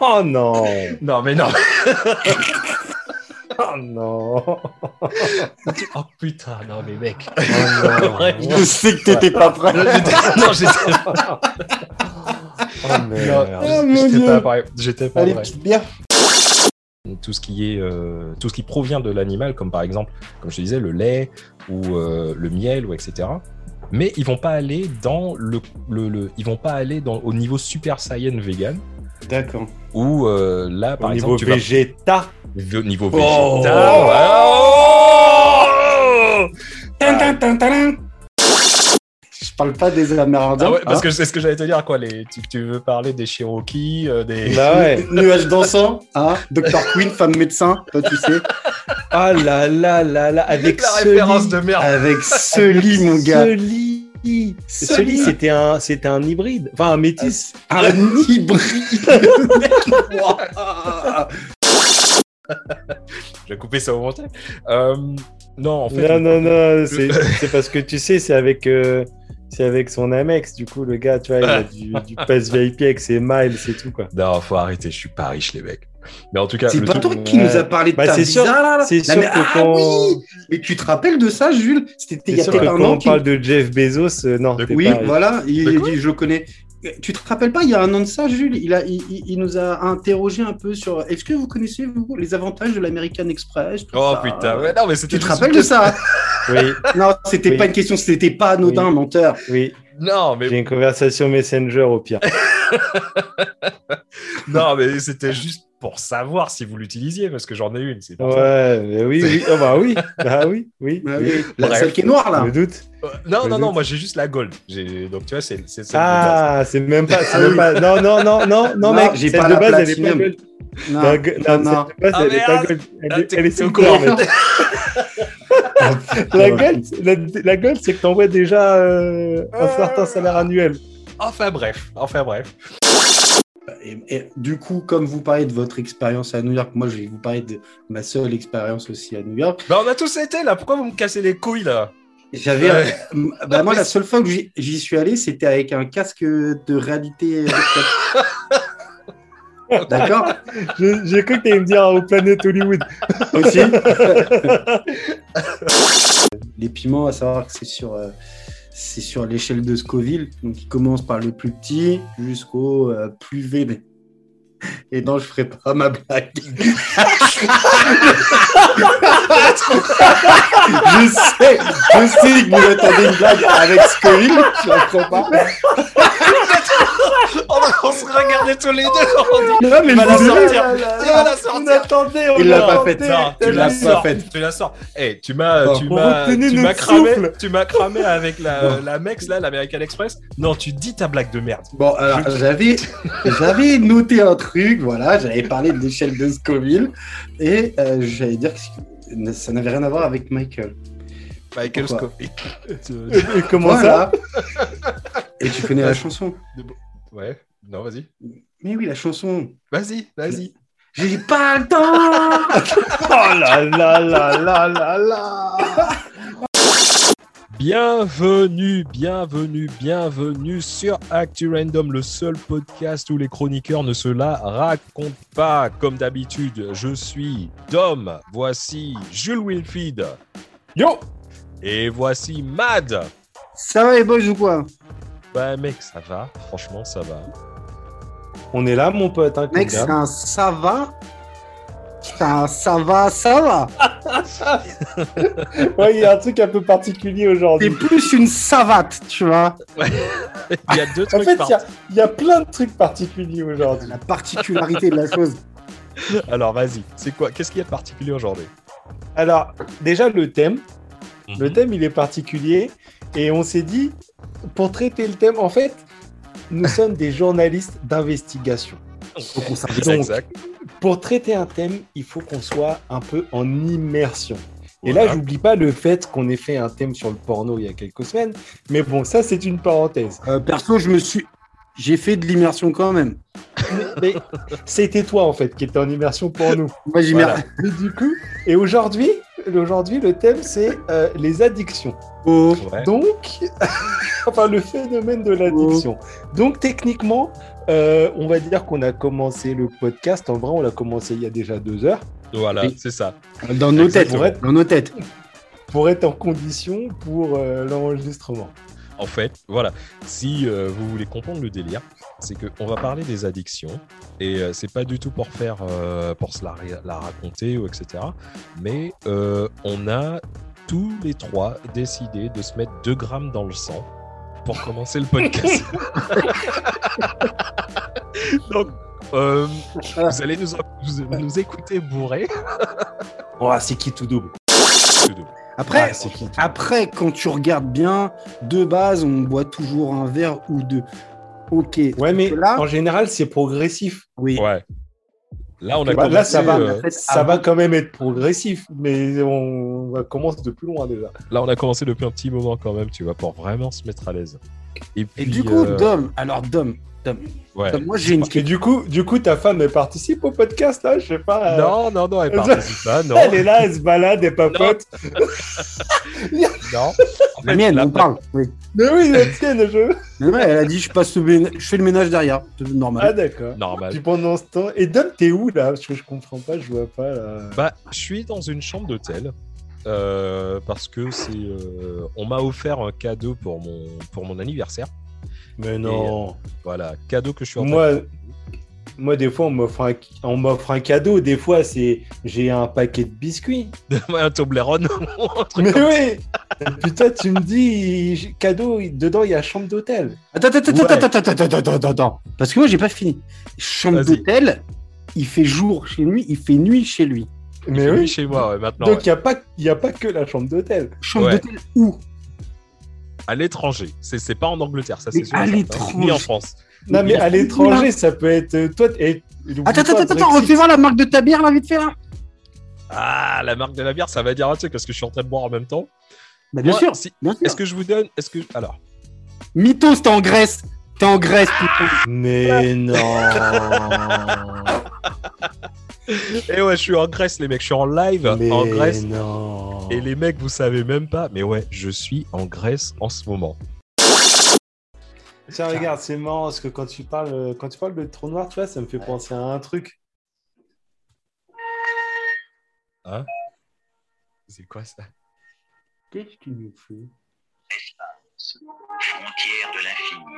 Oh non
Non, mais non.
Oh non
Oh putain, non, mais mec.
Oh non.
Vraiment.
Je sais que t'étais pas prêt.
non, j'étais- non, j'étais
Oh
non,
merde.
Ah, mon
j'étais
Dieu.
pas pareil. J'étais pas
Allez,
pareil.
petite bière.
Tout ce qui est, euh, tout ce qui provient de l'animal, comme par exemple, comme je te disais, le lait ou euh, le miel ou etc. Mais ils vont pas aller dans le, le, le- ils vont pas aller dans au niveau super saiyan vegan
D'accord.
ou euh, là par
Au
exemple
niveau
tu vas
végéta.
au niveau
Oh.
végétal.
Oh
ouais.
Tin, tin, tin, tin, tin. Je parle pas des Amérindiens.
Ah ouais, parce
hein.
que c'est ce que j'allais te dire quoi. Les, tu, tu veux parler des Cherokees, euh, des
Bah ouais.
Nuage dansant, hein Dr. Queen, femme médecin, toi tu sais.
Ah là là là là. Avec
la
ce
référence
lit.
de merde.
Avec ce lit, mon gars.
Ce lit. Ce lit, c'était un, c'était un hybride. Enfin, un métis.
Ah,
Un hybride. Ouah.
J'ai coupé ça au montage. Euh, non, en fait.
Non, non, non, c'est c'est parce que tu sais, c'est avec, euh, c'est avec son Amex, du coup, le gars, tu vois, il a du, du pass VIP avec ses miles, c'est tout, quoi.
Non, faut arrêter, je suis pas riche, les mecs. Mais en tout cas,
C'est
le
pas
truc-
toi qui nous a parlé de
Bah,
ta
c'est sûr-
visa, là, là.
c'est
Non,
sûr
mais-
que
ah
quand-
oui Mais tu te rappelles de ça, Jules C'était il
C'est
y a
sûr que
peut-être un
quand
an.
on
qu'il-
parle de Jeff Bezos, euh, non,
De-
t'es
Oui,
pas-
voilà, il
De
a
quoi
dit je le connais. Tu te rappelles pas, il y a un an de ça, Jules, il, a, il, il- il nous a interrogé un peu sur est-ce que vous connaissez vous, les avantages de l'American Express tout
Oh
ça
putain, ouais, non, mais c'était
Ah Tu te
juste-
rappelles de ça
Oui,
Non, c'était
Oui.
pas une question, c'était pas anodin,
Oui.
menteur.
oui.
Non, mais
J'ai une conversation Messenger au pire.
Non, mais c'était juste pour savoir si vous l'utilisiez, parce que j'en ai une. C'est pour ça.
Ouais, mais oui, oui. Ah bah oui, bah oui, oui.
Ah oui, La
Bref.
celle qui est noire là.
Le doute.
Euh, Non,
Mais
non,
oui.
non, moi j'ai juste la gold. J'ai- Donc tu vois, c'est c'est celle de base.
Ah, c'est même pas, c'est
Ah
même
oui.
pas. Non, non, non, non, non,
Non,
mec.
j'ai
celle
pas
de
la
base, elle est pas
platinum.
gold.
Non,
La gue-
non,
non,
non.
celle de base,
Ah,
elle est
merde.
pas gold. Elle
Ah,
est-
t'es-
Elle est
t'es au
silver,
courant.
mec. La gold, la, la gold, c'est que t'envoies déjà euh, un certain salaire annuel.
Enfin bref, enfin bref.
Et, et du coup, comme vous parlez de votre expérience à New York, moi je vais vous parler de ma seule expérience aussi à New York.
Bah, on a tous été là, pourquoi vous me cassez les couilles là
J'avais,
Ouais.
euh, bah, moi la seule fois que j'y- j'y suis allé, c'était avec un casque de réalité. virtuelle. D'accord.
Je- J'ai cru que t'allais me dire au planète Hollywood.
Aussi. les piments, à savoir que c'est sur, euh, c'est sur l'échelle de Scoville, donc il commence par le plus petit jusqu'au euh, plus véné. Et non, je ferai pas ma blague. je sais, je sais que vous attendez une blague avec Scoville, je la prends pas.
Oh, bah, on se regardait tous les deux.
Non, mais
Il va la
vous-
sortir. Il va la
On
sortir.
attendait, on
Il l'a pas
attendait.
faite, ça.
Tu
Il
la
l'a pas
sors,
faite.
tu la sors. Eh, tu m'as,
Oh,
tu
on
m'as,
retenait
tu
notre
m'as cramé,
souffle.
tu m'as cramé avec la, la Mex là, l'American Express. Non, tu dis ta blague de merde.
Bon, alors j'avais, j'avais noté un truc, voilà, j'avais parlé de l'échelle de Scoville, et euh, j'allais dire que ça n'avait rien à voir avec Michael.
Michael
Pourquoi
Scofield.
Et comment ça
Voilà. et tu connais la chanson
Ouais, non, vas-y.
Mais oui, la chanson.
Vas-y, vas-y.
J'ai pas le temps
Oh là là là là là là
Bienvenue, bienvenue, bienvenue sur Actu Random, le seul podcast où les chroniqueurs ne se la racontent pas. Comme d'habitude, je suis Dom, voici Jules Wilfried. Yo Et voici Mad.
Ça va les boys ou quoi
Bah mec, ça va, franchement ça va.
On est là, mon pote. Hein,
Mec,
comme
c'est
d'hab.
un ça va C'est un ça va, ça va
Ouais, il y a un truc un peu particulier
C'est
aujourd'hui.
plus une savate, tu vois
Il y a deux
En
trucs
fait, il
par-
y a- il y, a plein de trucs particuliers aujourd'hui.
La particularité de la chose.
Alors vas-y, c'est quoi Qu'est-ce qu'il y a de particulier aujourd'hui
Alors, déjà, le thème. Le thème, il est particulier. Et on s'est dit, pour traiter le thème, en fait, nous sommes des journalistes d'investigation.
Donc on s'arrête.
donc-
exact.
Pour traiter un thème, il faut qu'on soit un peu en immersion. Et
Voilà.
là, j'oublie pas le fait qu'on ait fait un thème sur le porno il y a quelques semaines. Mais bon, ça, c'est une parenthèse.
Euh, perso, je me suis... J'ai fait de l'immersion quand même.
Mais c'était toi, en fait, qui étais en immersion pour nous.
Moi, j'y
Voilà.
Et du coup, et aujourd'hui, aujourd'hui, le thème, c'est euh, les addictions.
Oh.
Ouais.
Donc, enfin, le phénomène de l'addiction. Donc, techniquement, euh, on va dire qu'on a commencé le podcast. En vrai, on l'a commencé il y a déjà deux heures
Voilà,
Oui.
c'est ça.
Dans nos têtes,
Exactement.
dans nos têtes.
pour être en condition pour euh, l'enregistrement.
En fait, voilà. Si euh, vous voulez comprendre le délire, c'est que on va parler des addictions et euh, c'est pas du tout pour faire, euh, pour se la, ré- la raconter ou etc. Mais euh, on a tous les trois décidé de se mettre 2 grammes dans le sang pour commencer le podcast. Donc, euh, vous allez nous, vous- nous écouter bourré.
Oh, c'est qui tout double
Après,
Ah, c'est qui tout
après, quand tu regardes bien, de base, on boit toujours un verre ou deux. Ok.
double. Ouais, mais
Là-
en général, c'est progressif.
Oui.
Ouais. Là, on a
Bah, là, ça va.
euh,
En fait,
Ça
avant-
va quand même être progressif, mais on, on commence de plus loin déjà.
Là, on a commencé depuis un petit moment quand même, tu vois, pour vraiment se mettre à l'aise. Et,
Et
puis,
du coup,
euh,
Dom, alors Dom, Dom,
ouais.
Dom, moi j'ai une
Et
question.
du coup, du coup, ta femme elle participe au podcast là, je sais pas. euh,
Non, non, non, elle
je-
participe pas, non,
Elle est là, elle se balade, elle papote.
non. En
La
fait,
mienne,
là,
on parle. Oui.
Mais oui, la tienne, je.
Mais ouais, elle a dit je, passe le ménage- je fais le ménage derrière. C'est
Ah,
Normal.
d'accord.
Normal.
Puis pendant ce temps. Et Dom, t'es où là Parce que je comprends pas, je vois pas là.
Bah, je suis dans une chambre d'hôtel euh, parce que c'est. euh, on m'a offert un cadeau pour mon, pour mon anniversaire.
Mais non.
Voilà, cadeau que je suis en train
Moi,
de-
moi, des fois, on m'offre un, on m'offre un cadeau. Des fois, c'est j'ai un paquet de biscuits.
Ouais, un Toblerone.
Mais oui Putain, tu me dis, j'ai- cadeau, il- dedans, il y a chambre d'hôtel.
Attends, attends, attends,
Ouais.
attends, attends, attends, attends, attends, attends. Parce que moi, j'ai pas fini. Chambre
Vas-y.
d'hôtel, il fait jour chez lui, il fait nuit chez lui.
Mais
oui,
oui
chez moi ouais, maintenant.
Donc,
ouais.
il n'y a, pas que la chambre d'hôtel.
Chambre
Ouais.
d'hôtel où
À l'étranger, c'est c'est pas en Angleterre, ça
Mais
c'est sûr. et
à
certain.
l'étranger.
Ni en France.
Non, mais
Il y a-
à l'étranger, ça peut être. euh, Toi, et,
Attends, attends, attends, attends, refais voir la marque de ta bière, là, vite fait, là.
Ah, la marque de la bière, ça va dire un truc parce que je suis en train de boire en même temps.
Bah, bien
Moi,
sûr,
si-
bien sûr.
Est-ce que je vous donne Est-ce que alors
Mythos, t'es en Grèce. T'es en Grèce, putain.
Mais non Oh,
Eh ouais, je suis en Grèce, les mecs. Je suis en live
Mais
en Grèce.
non
Et les mecs, vous savez même pas. Mais ouais, je suis en Grèce en ce moment.
Tiens, regarde, c'est marrant parce que quand tu parles, euh, quand tu parles de trou noir, tu vois, ça me fait penser à un truc.
C'est quoi ça
Qu'est-ce qu'il nous fait
frontière de l'infini,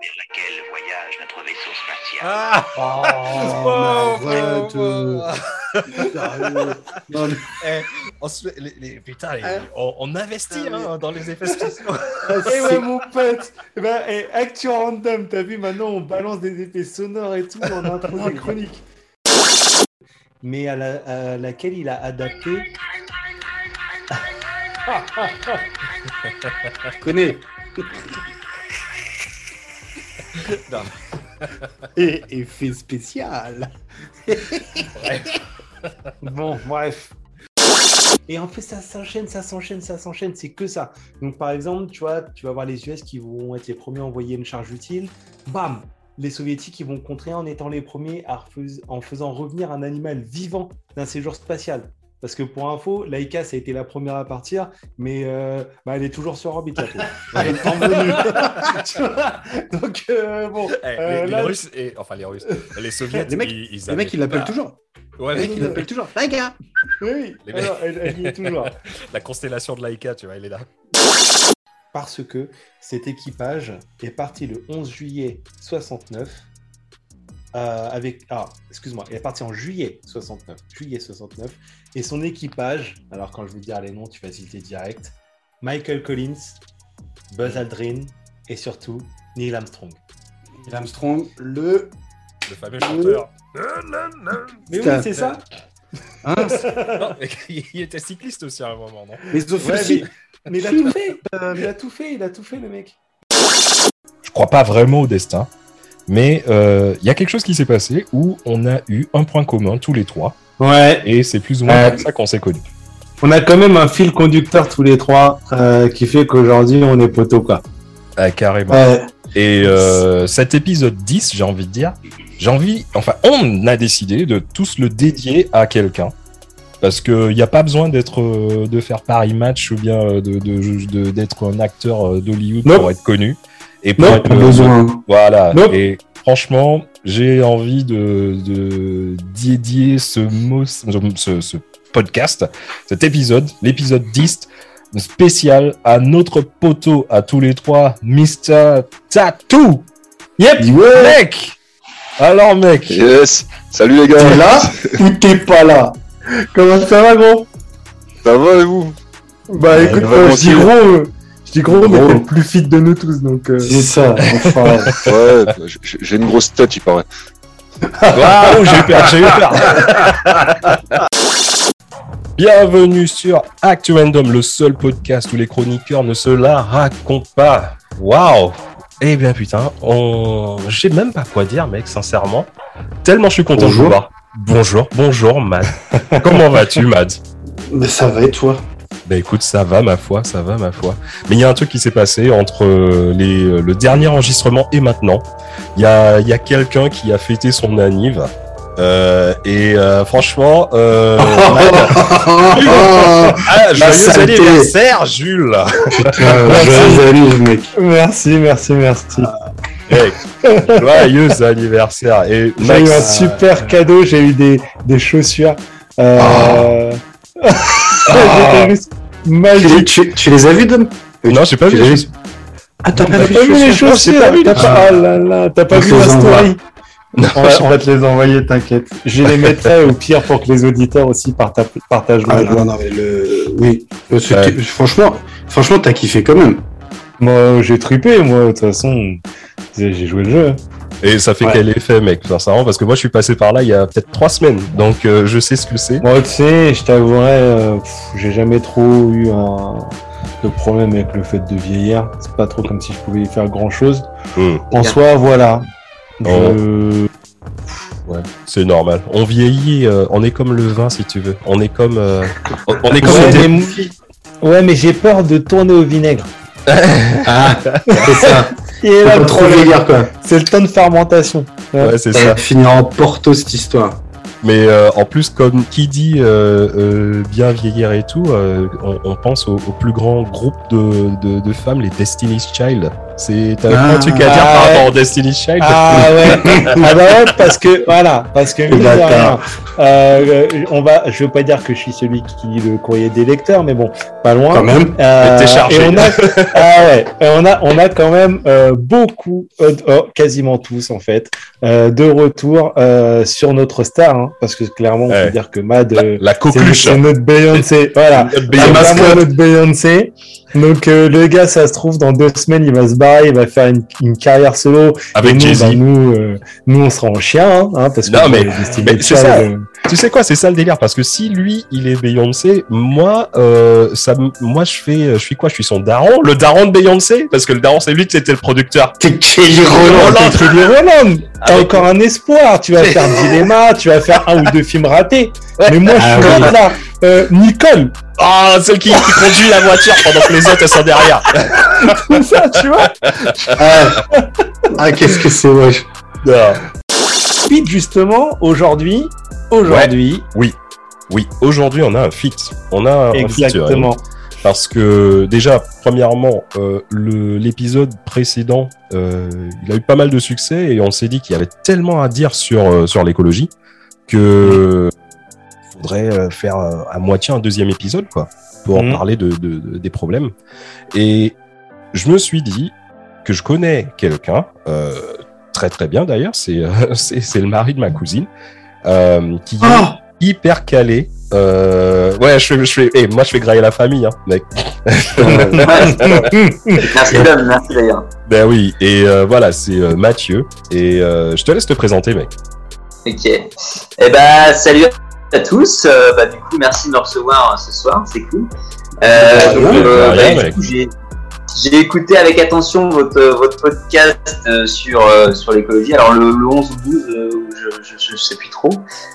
vers laquelle voyage notre vaisseau spatial.
Ah
Oh, mais arrête, euh,
Sérieux. Non, mais
Putain, on, investit hein, dans les effets
Eh ouais, mon pote Eh ben, eh, Actu Random, t'as vu, maintenant, on balance des effets sonores et tout en intro des chroniques. Mais à, la- à laquelle il a adapté...
Je connais.
Et effet spécial Bon, bref. Et en fait, ça s'enchaîne, ça s'enchaîne, ça s'enchaîne, c'est que ça. Donc, par exemple, tu vois, tu vas voir les US qui vont être les premiers à envoyer une charge utile. Bam Les Soviétiques, ils vont contrer en étant les premiers à refais- en faisant revenir un animal vivant d'un séjour spatial. Parce que pour info, Laika, ça a été la première à partir, mais euh, bah, elle est toujours sur orbite. la pauvre. Elle est revenue. Tu vois Donc, euh, bon. euh,
Eh, les,
là-
Russes, et, enfin les Russes, les Soviétiques,
Les mecs-
ils, ils
Le mec, il l'appelle toujours.
toujours. Ouais,
Le mec, il l'appelle toujours. Les gars
Oui, oui.
Les mecs.
Alors, elle, elle y est toujours.
la constellation de Laïka, tu vois, il est là.
Parce que cet équipage est parti le 11 juillet 69 euh, avec... Ah, excuse-moi, il est parti en juillet 69. Juillet 69. Et son équipage, alors quand je vais te dire les noms, tu vas citer direct, Michael Collins, Buzz Aldrin et surtout Neil Armstrong.
Neil Armstrong, le.
Le fameux chanteur.
Mais oui,
Putain.
c'est ça
Hein
Non, mais il était cycliste aussi à un moment, non
Les
Ouais,
officiers.
mais, mais il a tout fait Il a tout fait, il a tout fait, le mec
je crois pas vraiment au destin, mais euh, il y a quelque chose qui s'est passé où on a eu un point commun tous les trois,
Ouais,
et c'est plus ou moins
Euh,
comme ça qu'on s'est connus.
on a quand même un fil conducteur tous les trois euh, qui fait qu'aujourd'hui on est poteau quoi.
Ah, carrément. Et euh, cet épisode 10, j'ai envie de dire, j'ai envie, enfin, on a décidé de tous le dédier à quelqu'un. Parce qu'il n'y a pas besoin d'être, euh, de faire Paris Match ou bien euh, de, de- de- d'être un acteur euh, d'Hollywood
Nope.
pour être connu. Et pour
Non,
être,
pas
euh,
besoin.
Voilà.
Nope.
Et franchement, j'ai envie de, de dédier ce, mot, ce, ce podcast, cet épisode, l'épisode 10 spécial à notre poteau à tous les trois, Mr. Tattoo. Yep, mec. Alors mec,
Yes Salut les gars
T'es là ou t'es pas là Comment ça va gros
Ça va et vous
Bah écoute,
il va
euh, je dis
mentir.
gros, euh, je dis gros, mais
Gros.
t'es le plus fit de nous tous donc. euh,
C'est ça, enfin.
Ouais, j- j- j'ai une grosse tête, il paraît.
Waouh, Ah, oh, j'ai eu peur, j'ai eu peur. Bienvenue sur Actu Random, le seul podcast où les chroniqueurs ne se la racontent pas. Waouh Eh bien putain, on... j'ai même pas quoi dire mec, sincèrement. Tellement je suis content de
Bonjour.
vous voir. Bonjour, bonjour Mad. Comment vas-tu Mad
Mais ça va et toi
bah écoute, ça va ma foi, ça va ma foi. Mais il y a un truc qui s'est passé entre euh, les, euh, le dernier enregistrement et maintenant. Il y a, il y a quelqu'un qui a fêté son anniv. Euh, et euh, franchement, euh, ah, joyeux
saleté.
anniversaire, Jules.
mec.
Merci, merci, merci.
Hey, joyeux anniversaire. Et
J'ai eu un
Max,
super cadeau, j'ai eu des, des chaussures. Euh...
Ah.
Ah.
J'étais juste magique.
Tu, tu les as vus, Dom
non, j'ai pas vu.
l'as
j'ai-
vu
Ah, t'as
T'as pas vu les chaussures T'as pas... Ah là là, t'as pas
On
vu
te
la
les envoie.
story
Non,
on, va, on va te les envoyer, t'inquiète. Je les mettrai au pire pour que les auditeurs aussi parta- partagent le
Ah,
jeu.
non, non, mais le. Oui. Euh, c'était-
Ouais.
Franchement, franchement, t'as kiffé quand même.
Moi, euh, j'ai tripé, moi, de toute façon. J'ai j'ai joué le jeu.
Et ça fait
Ouais.
quel effet, mec, sincèrement, parce que moi, je suis passé par là il y a peut-être trois semaines, donc euh, je sais ce que c'est.
Moi, tu sais, je t'avouerai, euh, pff, j'ai jamais trop eu un... de problème avec le fait de vieillir. C'est pas trop comme si je pouvais y faire grand chose.
Hmm.
En soi, voilà. Je-
Ouais, c'est normal. On vieillit, euh, on est comme le vin, si tu veux. On est comme, euh, on, on est comme
Ouais,
le thé.
mais- Ouais, mais j'ai peur de tourner au vinaigre.
Ah, c'est ça.
Et
Faut
là,
pas
le
trop
problème,
vieillir, quoi.
c'est le temps de fermentation.
Ouais, c'est
Ça
ça.
va finir en porto, cette histoire.
Mais euh, en plus, comme qui dit euh, euh, bien vieillir et tout, euh, on, on pense au, au plus grand groupe de, de, de femmes, les Destiny's Child. C'est t'as
Ah,
pas un truc à dire
ah
par
ouais.
rapport aux Destiny's Child
Ah ouais. ah bah ouais, parce que voilà, parce que mine de
bâtard.
rien, euh, euh, on va, je veux pas dire que je suis celui qui lit le courrier des lecteurs, mais bon, pas loin.
Quand même.
Euh,
Mais t'es chargé.
Et on a, ah ouais, et on a, on a quand même euh, beaucoup, euh, oh, quasiment tous en fait, euh, de retour euh, sur notre star, hein, parce que clairement, on
Ouais.
peut dire que Mad,
La,
euh,
la
c'est
coqueluche.
c'est notre Beyoncé, voilà.
Beyoncé.
C'est vraiment notre Beyoncé. Donc euh, le gars, ça se trouve, dans deux semaines, il va se barrer, il va faire une, une carrière solo. Et
Avec
nous,
Jay-Z.
bah, nous, euh, nous, on sera en chien, hein, hein, parce que
Non, mais-
euh, Destiny's
mais c'est
Child,
ça.
euh,
Tu sais quoi, c'est ça le délire parce que si lui il est Beyoncé, moi euh, ça, m- moi je fais, je suis quoi, je suis son daron, le daron de Beyoncé parce que le daron c'est lui qui était le producteur.
T'es Kelly
Roland.
Roland.
t'es Kelly Rowland, t'as
Avec-
encore un espoir, tu vas faire Dilemma, tu vas faire un ou deux films ratés. Mais moi, je
Ah
suis
oui.
comme là. Euh, Nicole,
Ah, celle qui, qui conduit la voiture pendant que les autres elles sont derrière.
tout ça, tu vois.
Ah, Ah, qu'est-ce que c'est moche.
Non.
Puis justement, aujourd'hui, aujourd'hui,
Oui, oui. Aujourd'hui on a un feat, on a un featuring.
exactement.
parce que déjà, premièrement, euh, le- l'épisode précédent, euh, il a eu pas mal de succès et on s'est dit qu'il y avait tellement à dire sur, euh, sur l'écologie que faudrait euh, faire euh, à moitié un deuxième épisode quoi, pour
Mhm.
parler de, de- de- des problèmes. Et je me suis dit que je connais quelqu'un, euh, très très bien d'ailleurs, c'est euh, c'est c'est le mari de ma cousine, euh, qui est
Ah,
hyper calé. Euh, ouais, je fais, je fais, eh, moi je fais grailler la famille, hein, mec.
Merci Dan, merci d'ailleurs.
Ben oui, et euh, voilà, c'est euh, Mathieu. Et euh, je te laisse te présenter, mec.
Ok. Eh ben, salut à tous. Euh, bah, du coup, merci de me recevoir euh, ce soir, c'est cool. Euh,
De
donc,
rien,
de
euh, bah,
rien,
du
mec.
coup, j'ai j'ai écouté avec attention votre, euh, votre podcast euh, sur, euh, sur l'écologie. Alors, le, le 11 ou 12, euh, je, je, je- je sais plus trop.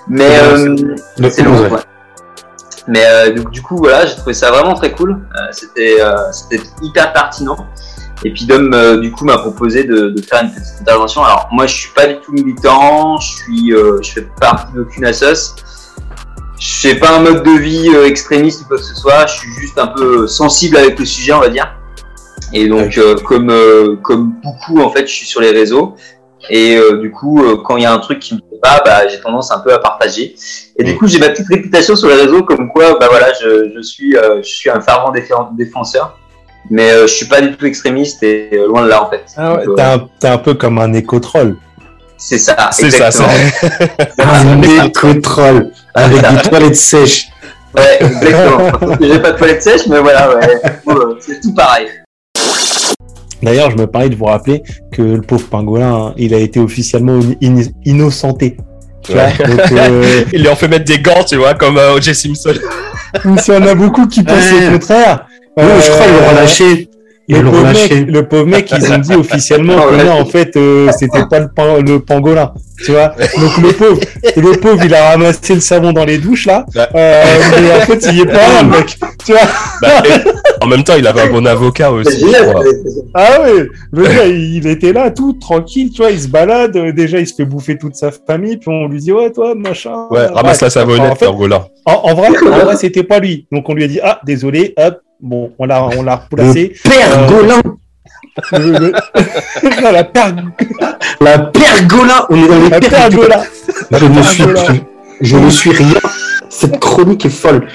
Mais
Le
euh,
Le
c'est long, ouais. Mais euh, donc, du coup, voilà, j'ai trouvé ça vraiment très cool. Euh, C'était euh, c'était hyper pertinent. Et puis Dom, euh, du coup, m'a proposé de, de faire une petite intervention. Alors, moi, je suis pas du tout militant, je suis, euh, je fais partie d'aucune assoce. Je fais pas un mode de vie euh, extrémiste ou quoi que ce soit. Je suis juste un peu sensible avec le sujet, on va dire. Et donc, euh, comme euh, comme beaucoup, en fait, je suis sur les réseaux. Et euh, du coup, euh, quand il y a un truc qui me plaît pas, bah, j'ai tendance un peu à partager. Et du coup, j'ai ma petite réputation sur les réseaux comme quoi, bah voilà, je, je suis, euh, je suis un fervent défé- défenseur, mais euh, je suis pas du tout extrémiste et euh, loin de là en fait.
Ah ouais,
Donc, euh,
T'es un, t'es un peu comme un éco-troll.
c'est ça,
C'est ça,
exactement.
Un éco-troll avec des toilettes sèches.
Ouais, exactement. Parce que j'ai pas de toilette sèche, mais voilà, ouais. Du coup, euh, c'est tout pareil.
D'ailleurs, je me permets de vous rappeler que le pauvre pangolin, hein, il a été officiellement in- in- innocenté. Tu vois, donc, euh,
Il lui en fait mettre des gants, tu vois, comme euh, O.J. Simpson.
même s'il y en a beaucoup qui pensent
Ouais.
le contraire.
Non, je crois qu'ils l'ont
euh,
relâché. Ils
Le
l'ont
pauvre,
relâché.
mec, le pauvre mec, ils ont dit officiellement
Ah
que
ouais.
non, en fait, euh, c'était pas le, pan- le pangolin, tu vois. Donc le pauvre, le pauvre, il a ramassé le savon dans les douches là,
Ouais.
Euh, mais en fait, il y est pas, le mec.
Bah, et en même temps, il avait un bon avocat
C'est
aussi.
génial.
quoi.
Ah ouais, le gars, il était là, tout tranquille, tu vois, il se balade. euh, Déjà, il se fait bouffer toute sa famille, puis on lui dit ouais, toi, machin.
Ouais, ramasse la savonnette,
en fait,
Pergola.
En, en vrai, en vrai, c'était pas lui. Donc on lui a dit ah, désolé, hop, bon, on l'a, on l'a replacé.
Pergolin.
Le- le- Non, la perle,
La pergola. On est dans les
la
pergolas.
pergola.
Je ne suis,
Pergola.
je, je ne suis rien. Cette chronique est folle.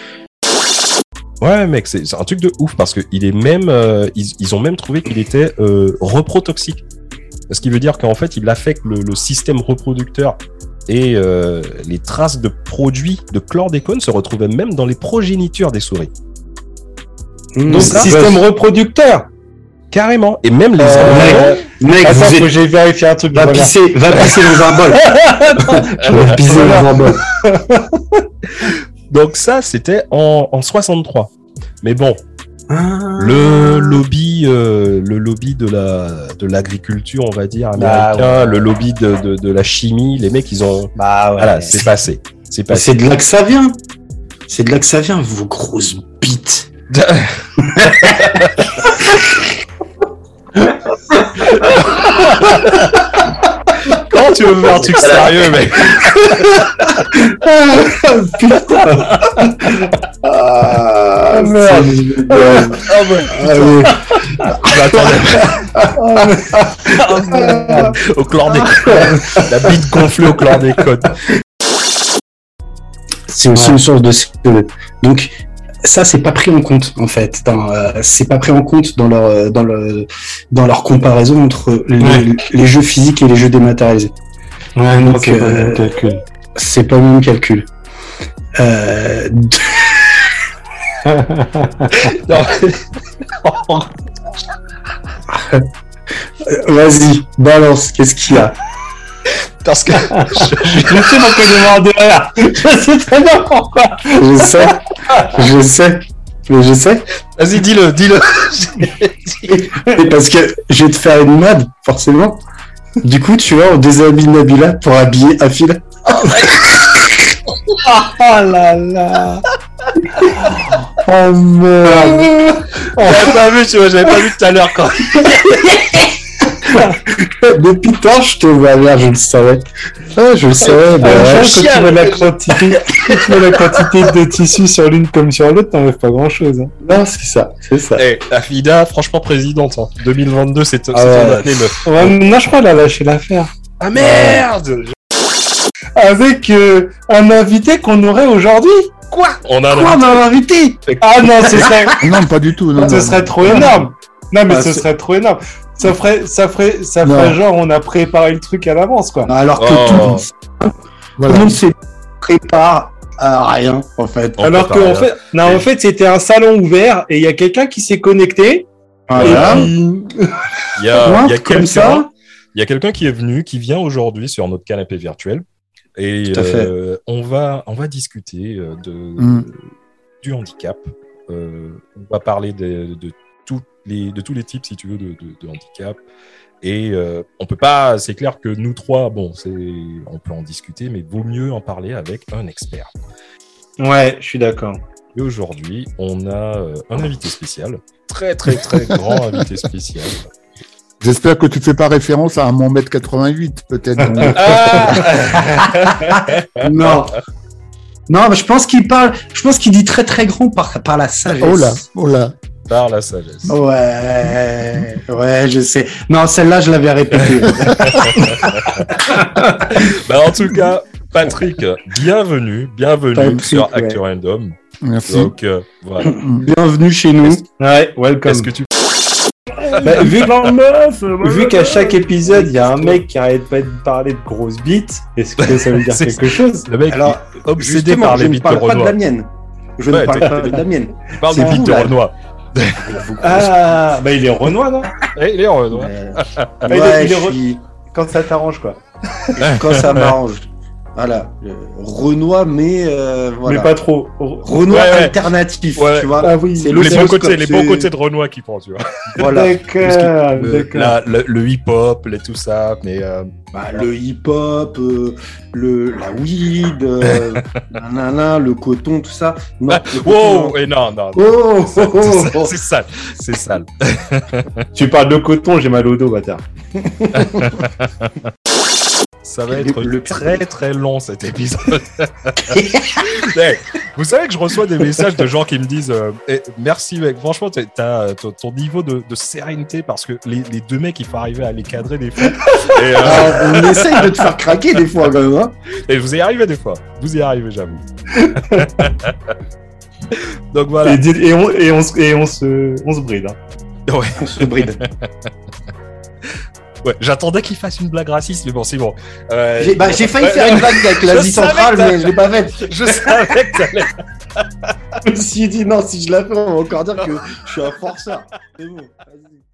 Ouais, mec, c'est c'est un truc de ouf parce que il est même, euh, ils, ils ont même trouvé qu'il était euh, reprotoxique. Ce qui veut dire qu'en fait, il affecte le, le système reproducteur et euh, les traces de produits de chlordécone se retrouvaient même dans les progénitures des souris.
Donc,
là-
Mmh. système reproducteur. Euh,
Carrément. Et même les
Ouais.
animaux. Bah,
Mec,
Attends,
vous
que
êtes...
j'ai vérifié un truc.
Va
voilà.
pisser, va pisser dans un bol. va pisser dans un bol.
Donc ça, c'était en, en 63. Mais bon, Ah. le lobby, euh, le lobby de la de l'agriculture, on va dire
Bah,
américain, le lobby de, de, de la chimie, les mecs, ils ont,
Bah ouais.
Ah, voilà, c'est passé, c'est
Bah,
passé.
c'est de là que ça vient. C'est de là que ça vient, vos grosses bites.
Quand tu veux voir un truc sérieux, mec.
Ah,
merde.
c'est génial. Allez.
Bah, attendez. au chlordécone. La bite gonflée au chlordécone.
C'est aussi une source de CO2. Donc, ça, c'est pas pris en compte, en fait. dans, euh, c'est pas pris en compte dans leur, euh, dans le, dans leur comparaison entre les, les jeux physiques et les jeux dématérialisés.
Ouais, non,
Donc,
c'est pas
euh,
mon calcul.
C'est pas le même calcul. Euh, Vas-y, balance, qu'est-ce qu'il y a
Parce que
Je sais pourquoi je vais de derrière. Je sais très bien pourquoi.
Je sais, je sais, mais je sais.
vas-y, dis-le, dis-le.
Et parce que je vais te faire une mad, forcément. Du coup, tu vois, on déshabille Nabila pour habiller Afila.
Oh là là.
Oh merde
J'avais pas vu, tu vois, j'avais pas vu tout à l'heure quand.
Depuis tant je te vois bien, je le savais. Ah, je le savais, bah
Ah,
ouais.
je pense que tu mets la quantité, quand tu mets la quantité de tissu sur l'une comme sur l'autre, t'enlèves pas grand chose.
Non, c'est ça, c'est ça.
Eh, la FIDA, franchement, présidente. hein. 2022, c'est c'est
Ah ouais.
ton année, meuf.
Ouais, maintenant, je crois qu'elle a lâché l'affaire.
Ah merde
Avec euh, un invité qu'on aurait aujourd'hui.
Quoi On a
Quoi, on a un invité Ah non, ce serait,
Non, pas du tout. Non,
ce
non.
serait trop énorme. Non, mais
Ah,
ce
c'est-
serait trop énorme. Ça ferait, ça ferait, ça
Non.
ferait genre, on a préparé le truc à l'avance, quoi.
Bah, Alors que tout le
Oh,
monde- tout le monde se prépare à rien, en fait.
on
Alors
prépare
qu'en
rien.
fait, non, en fait, c'était un salon ouvert et il y a quelqu'un qui s'est connecté.
Voilà.
Et puis-
Il y a,
Moi,
il y a
comme ça
quelqu'un il y a quelqu'un qui est venu, qui vient aujourd'hui sur notre canapé virtuel. Et
Tout à fait.
euh, on, va, on va discuter euh, de,
Mm.
du handicap. Euh, on va parler de, de, tous les, de tous les types, si tu veux, de, de- de handicap. Et euh, on peut pas, c'est clair que nous trois, bon, c'est, on peut en discuter, mais vaut mieux en parler avec un expert.
Ouais, je suis d'accord.
Et aujourd'hui, on a euh, un invité spécial, très très très grand invité spécial.
J'espère que tu ne fais pas référence à mon mètre 88, peut-être.
Non. Non, mais je pense qu'il parle, je pense qu'il dit très très grand par, par la sagesse.
oh là, oh là.
Par la sagesse.
Ouais, ouais, je sais. Non, celle-là, je l'avais répétée.
Bah, en tout cas, Patrick, bienvenue, bienvenue
Patrick,
sur
ouais.
Actu Random.
Merci.
Donc euh, voilà.
Bienvenue chez nous.
Ouais, welcome.
Est-ce que tu
Bah, vu que- vu qu'à chaque épisode, il y a un mec qui arrête pas de parler de grosses bites, est-ce que ça veut dire
C'est-
quelque chose
le mec
Alors,
il est obsédé
Justement,
par
je
les
ne
bites de
parle pas de la
Renoir.
mienne. Je
Ouais,
ne parle pas de la mienne.
Il parle
c'est
des bites
vous,
de
là.
Renoir.
Ah, bah il est renois, non
Eh, il est Renoir.
Euh,
il est-
ouais,
il est
je
re-
suis-
Quand ça t'arrange, quoi.
quand ça m'arrange. Voilà. euh, Renoir, mais euh, voilà.
Mais pas trop.
Renoir
Ouais, ouais.
alternatif,
Ouais.
tu vois.
Ah oui,
C'est
Les bons
l'oscilloscope,
côtés, les bons
c'est-
côtés de Renoir qui prend, tu vois.
Voilà.
D'accord,
Le-
d'accord.
la- le, le hip-hop, les- tout ça, mais euh,
Bah, le hip-hop, euh, le la weed, euh, nanana, le coton, tout ça. Non. le coton, non.
Ah, wow, et non, non, non.
Oh,
C'est
oh, oh,
sale,
oh.
c'est sale, c'est sale.
Tu parles de coton, j'ai mal au dos, bâtard.
Ça va
Le-
être
le-
très très long cet épisode. Hey, vous savez que je reçois des messages de gens qui me disent euh, Eh, merci mec, franchement t'as- t'as euh, ton- ton niveau de, de sérénité parce que les, les deux mecs il faut arriver à les cadrer des fois. Et, euh,
Ah, on essaye de te faire craquer des fois quand même. hein.
et vous y arrivez des fois, vous y arrivez j'avoue. Donc voilà.
Et, dites- et on, et, on, se- et on se, on se bride. hein.
Ouais.
On se bride.
Ouais, j'attendais qu'il fasse une blague raciste, mais bon, c'est bon. Euh,
J'ai- bah, j'ai failli
ouais,
faire une blague avec l'Asie
Je savais
centrale,
que t'allais-
mais je l'ai pas faite.
Je savais que t'allais-
Si dit non, si je la fais, on va encore dire que je suis un forceur. C'est bon, vas-y.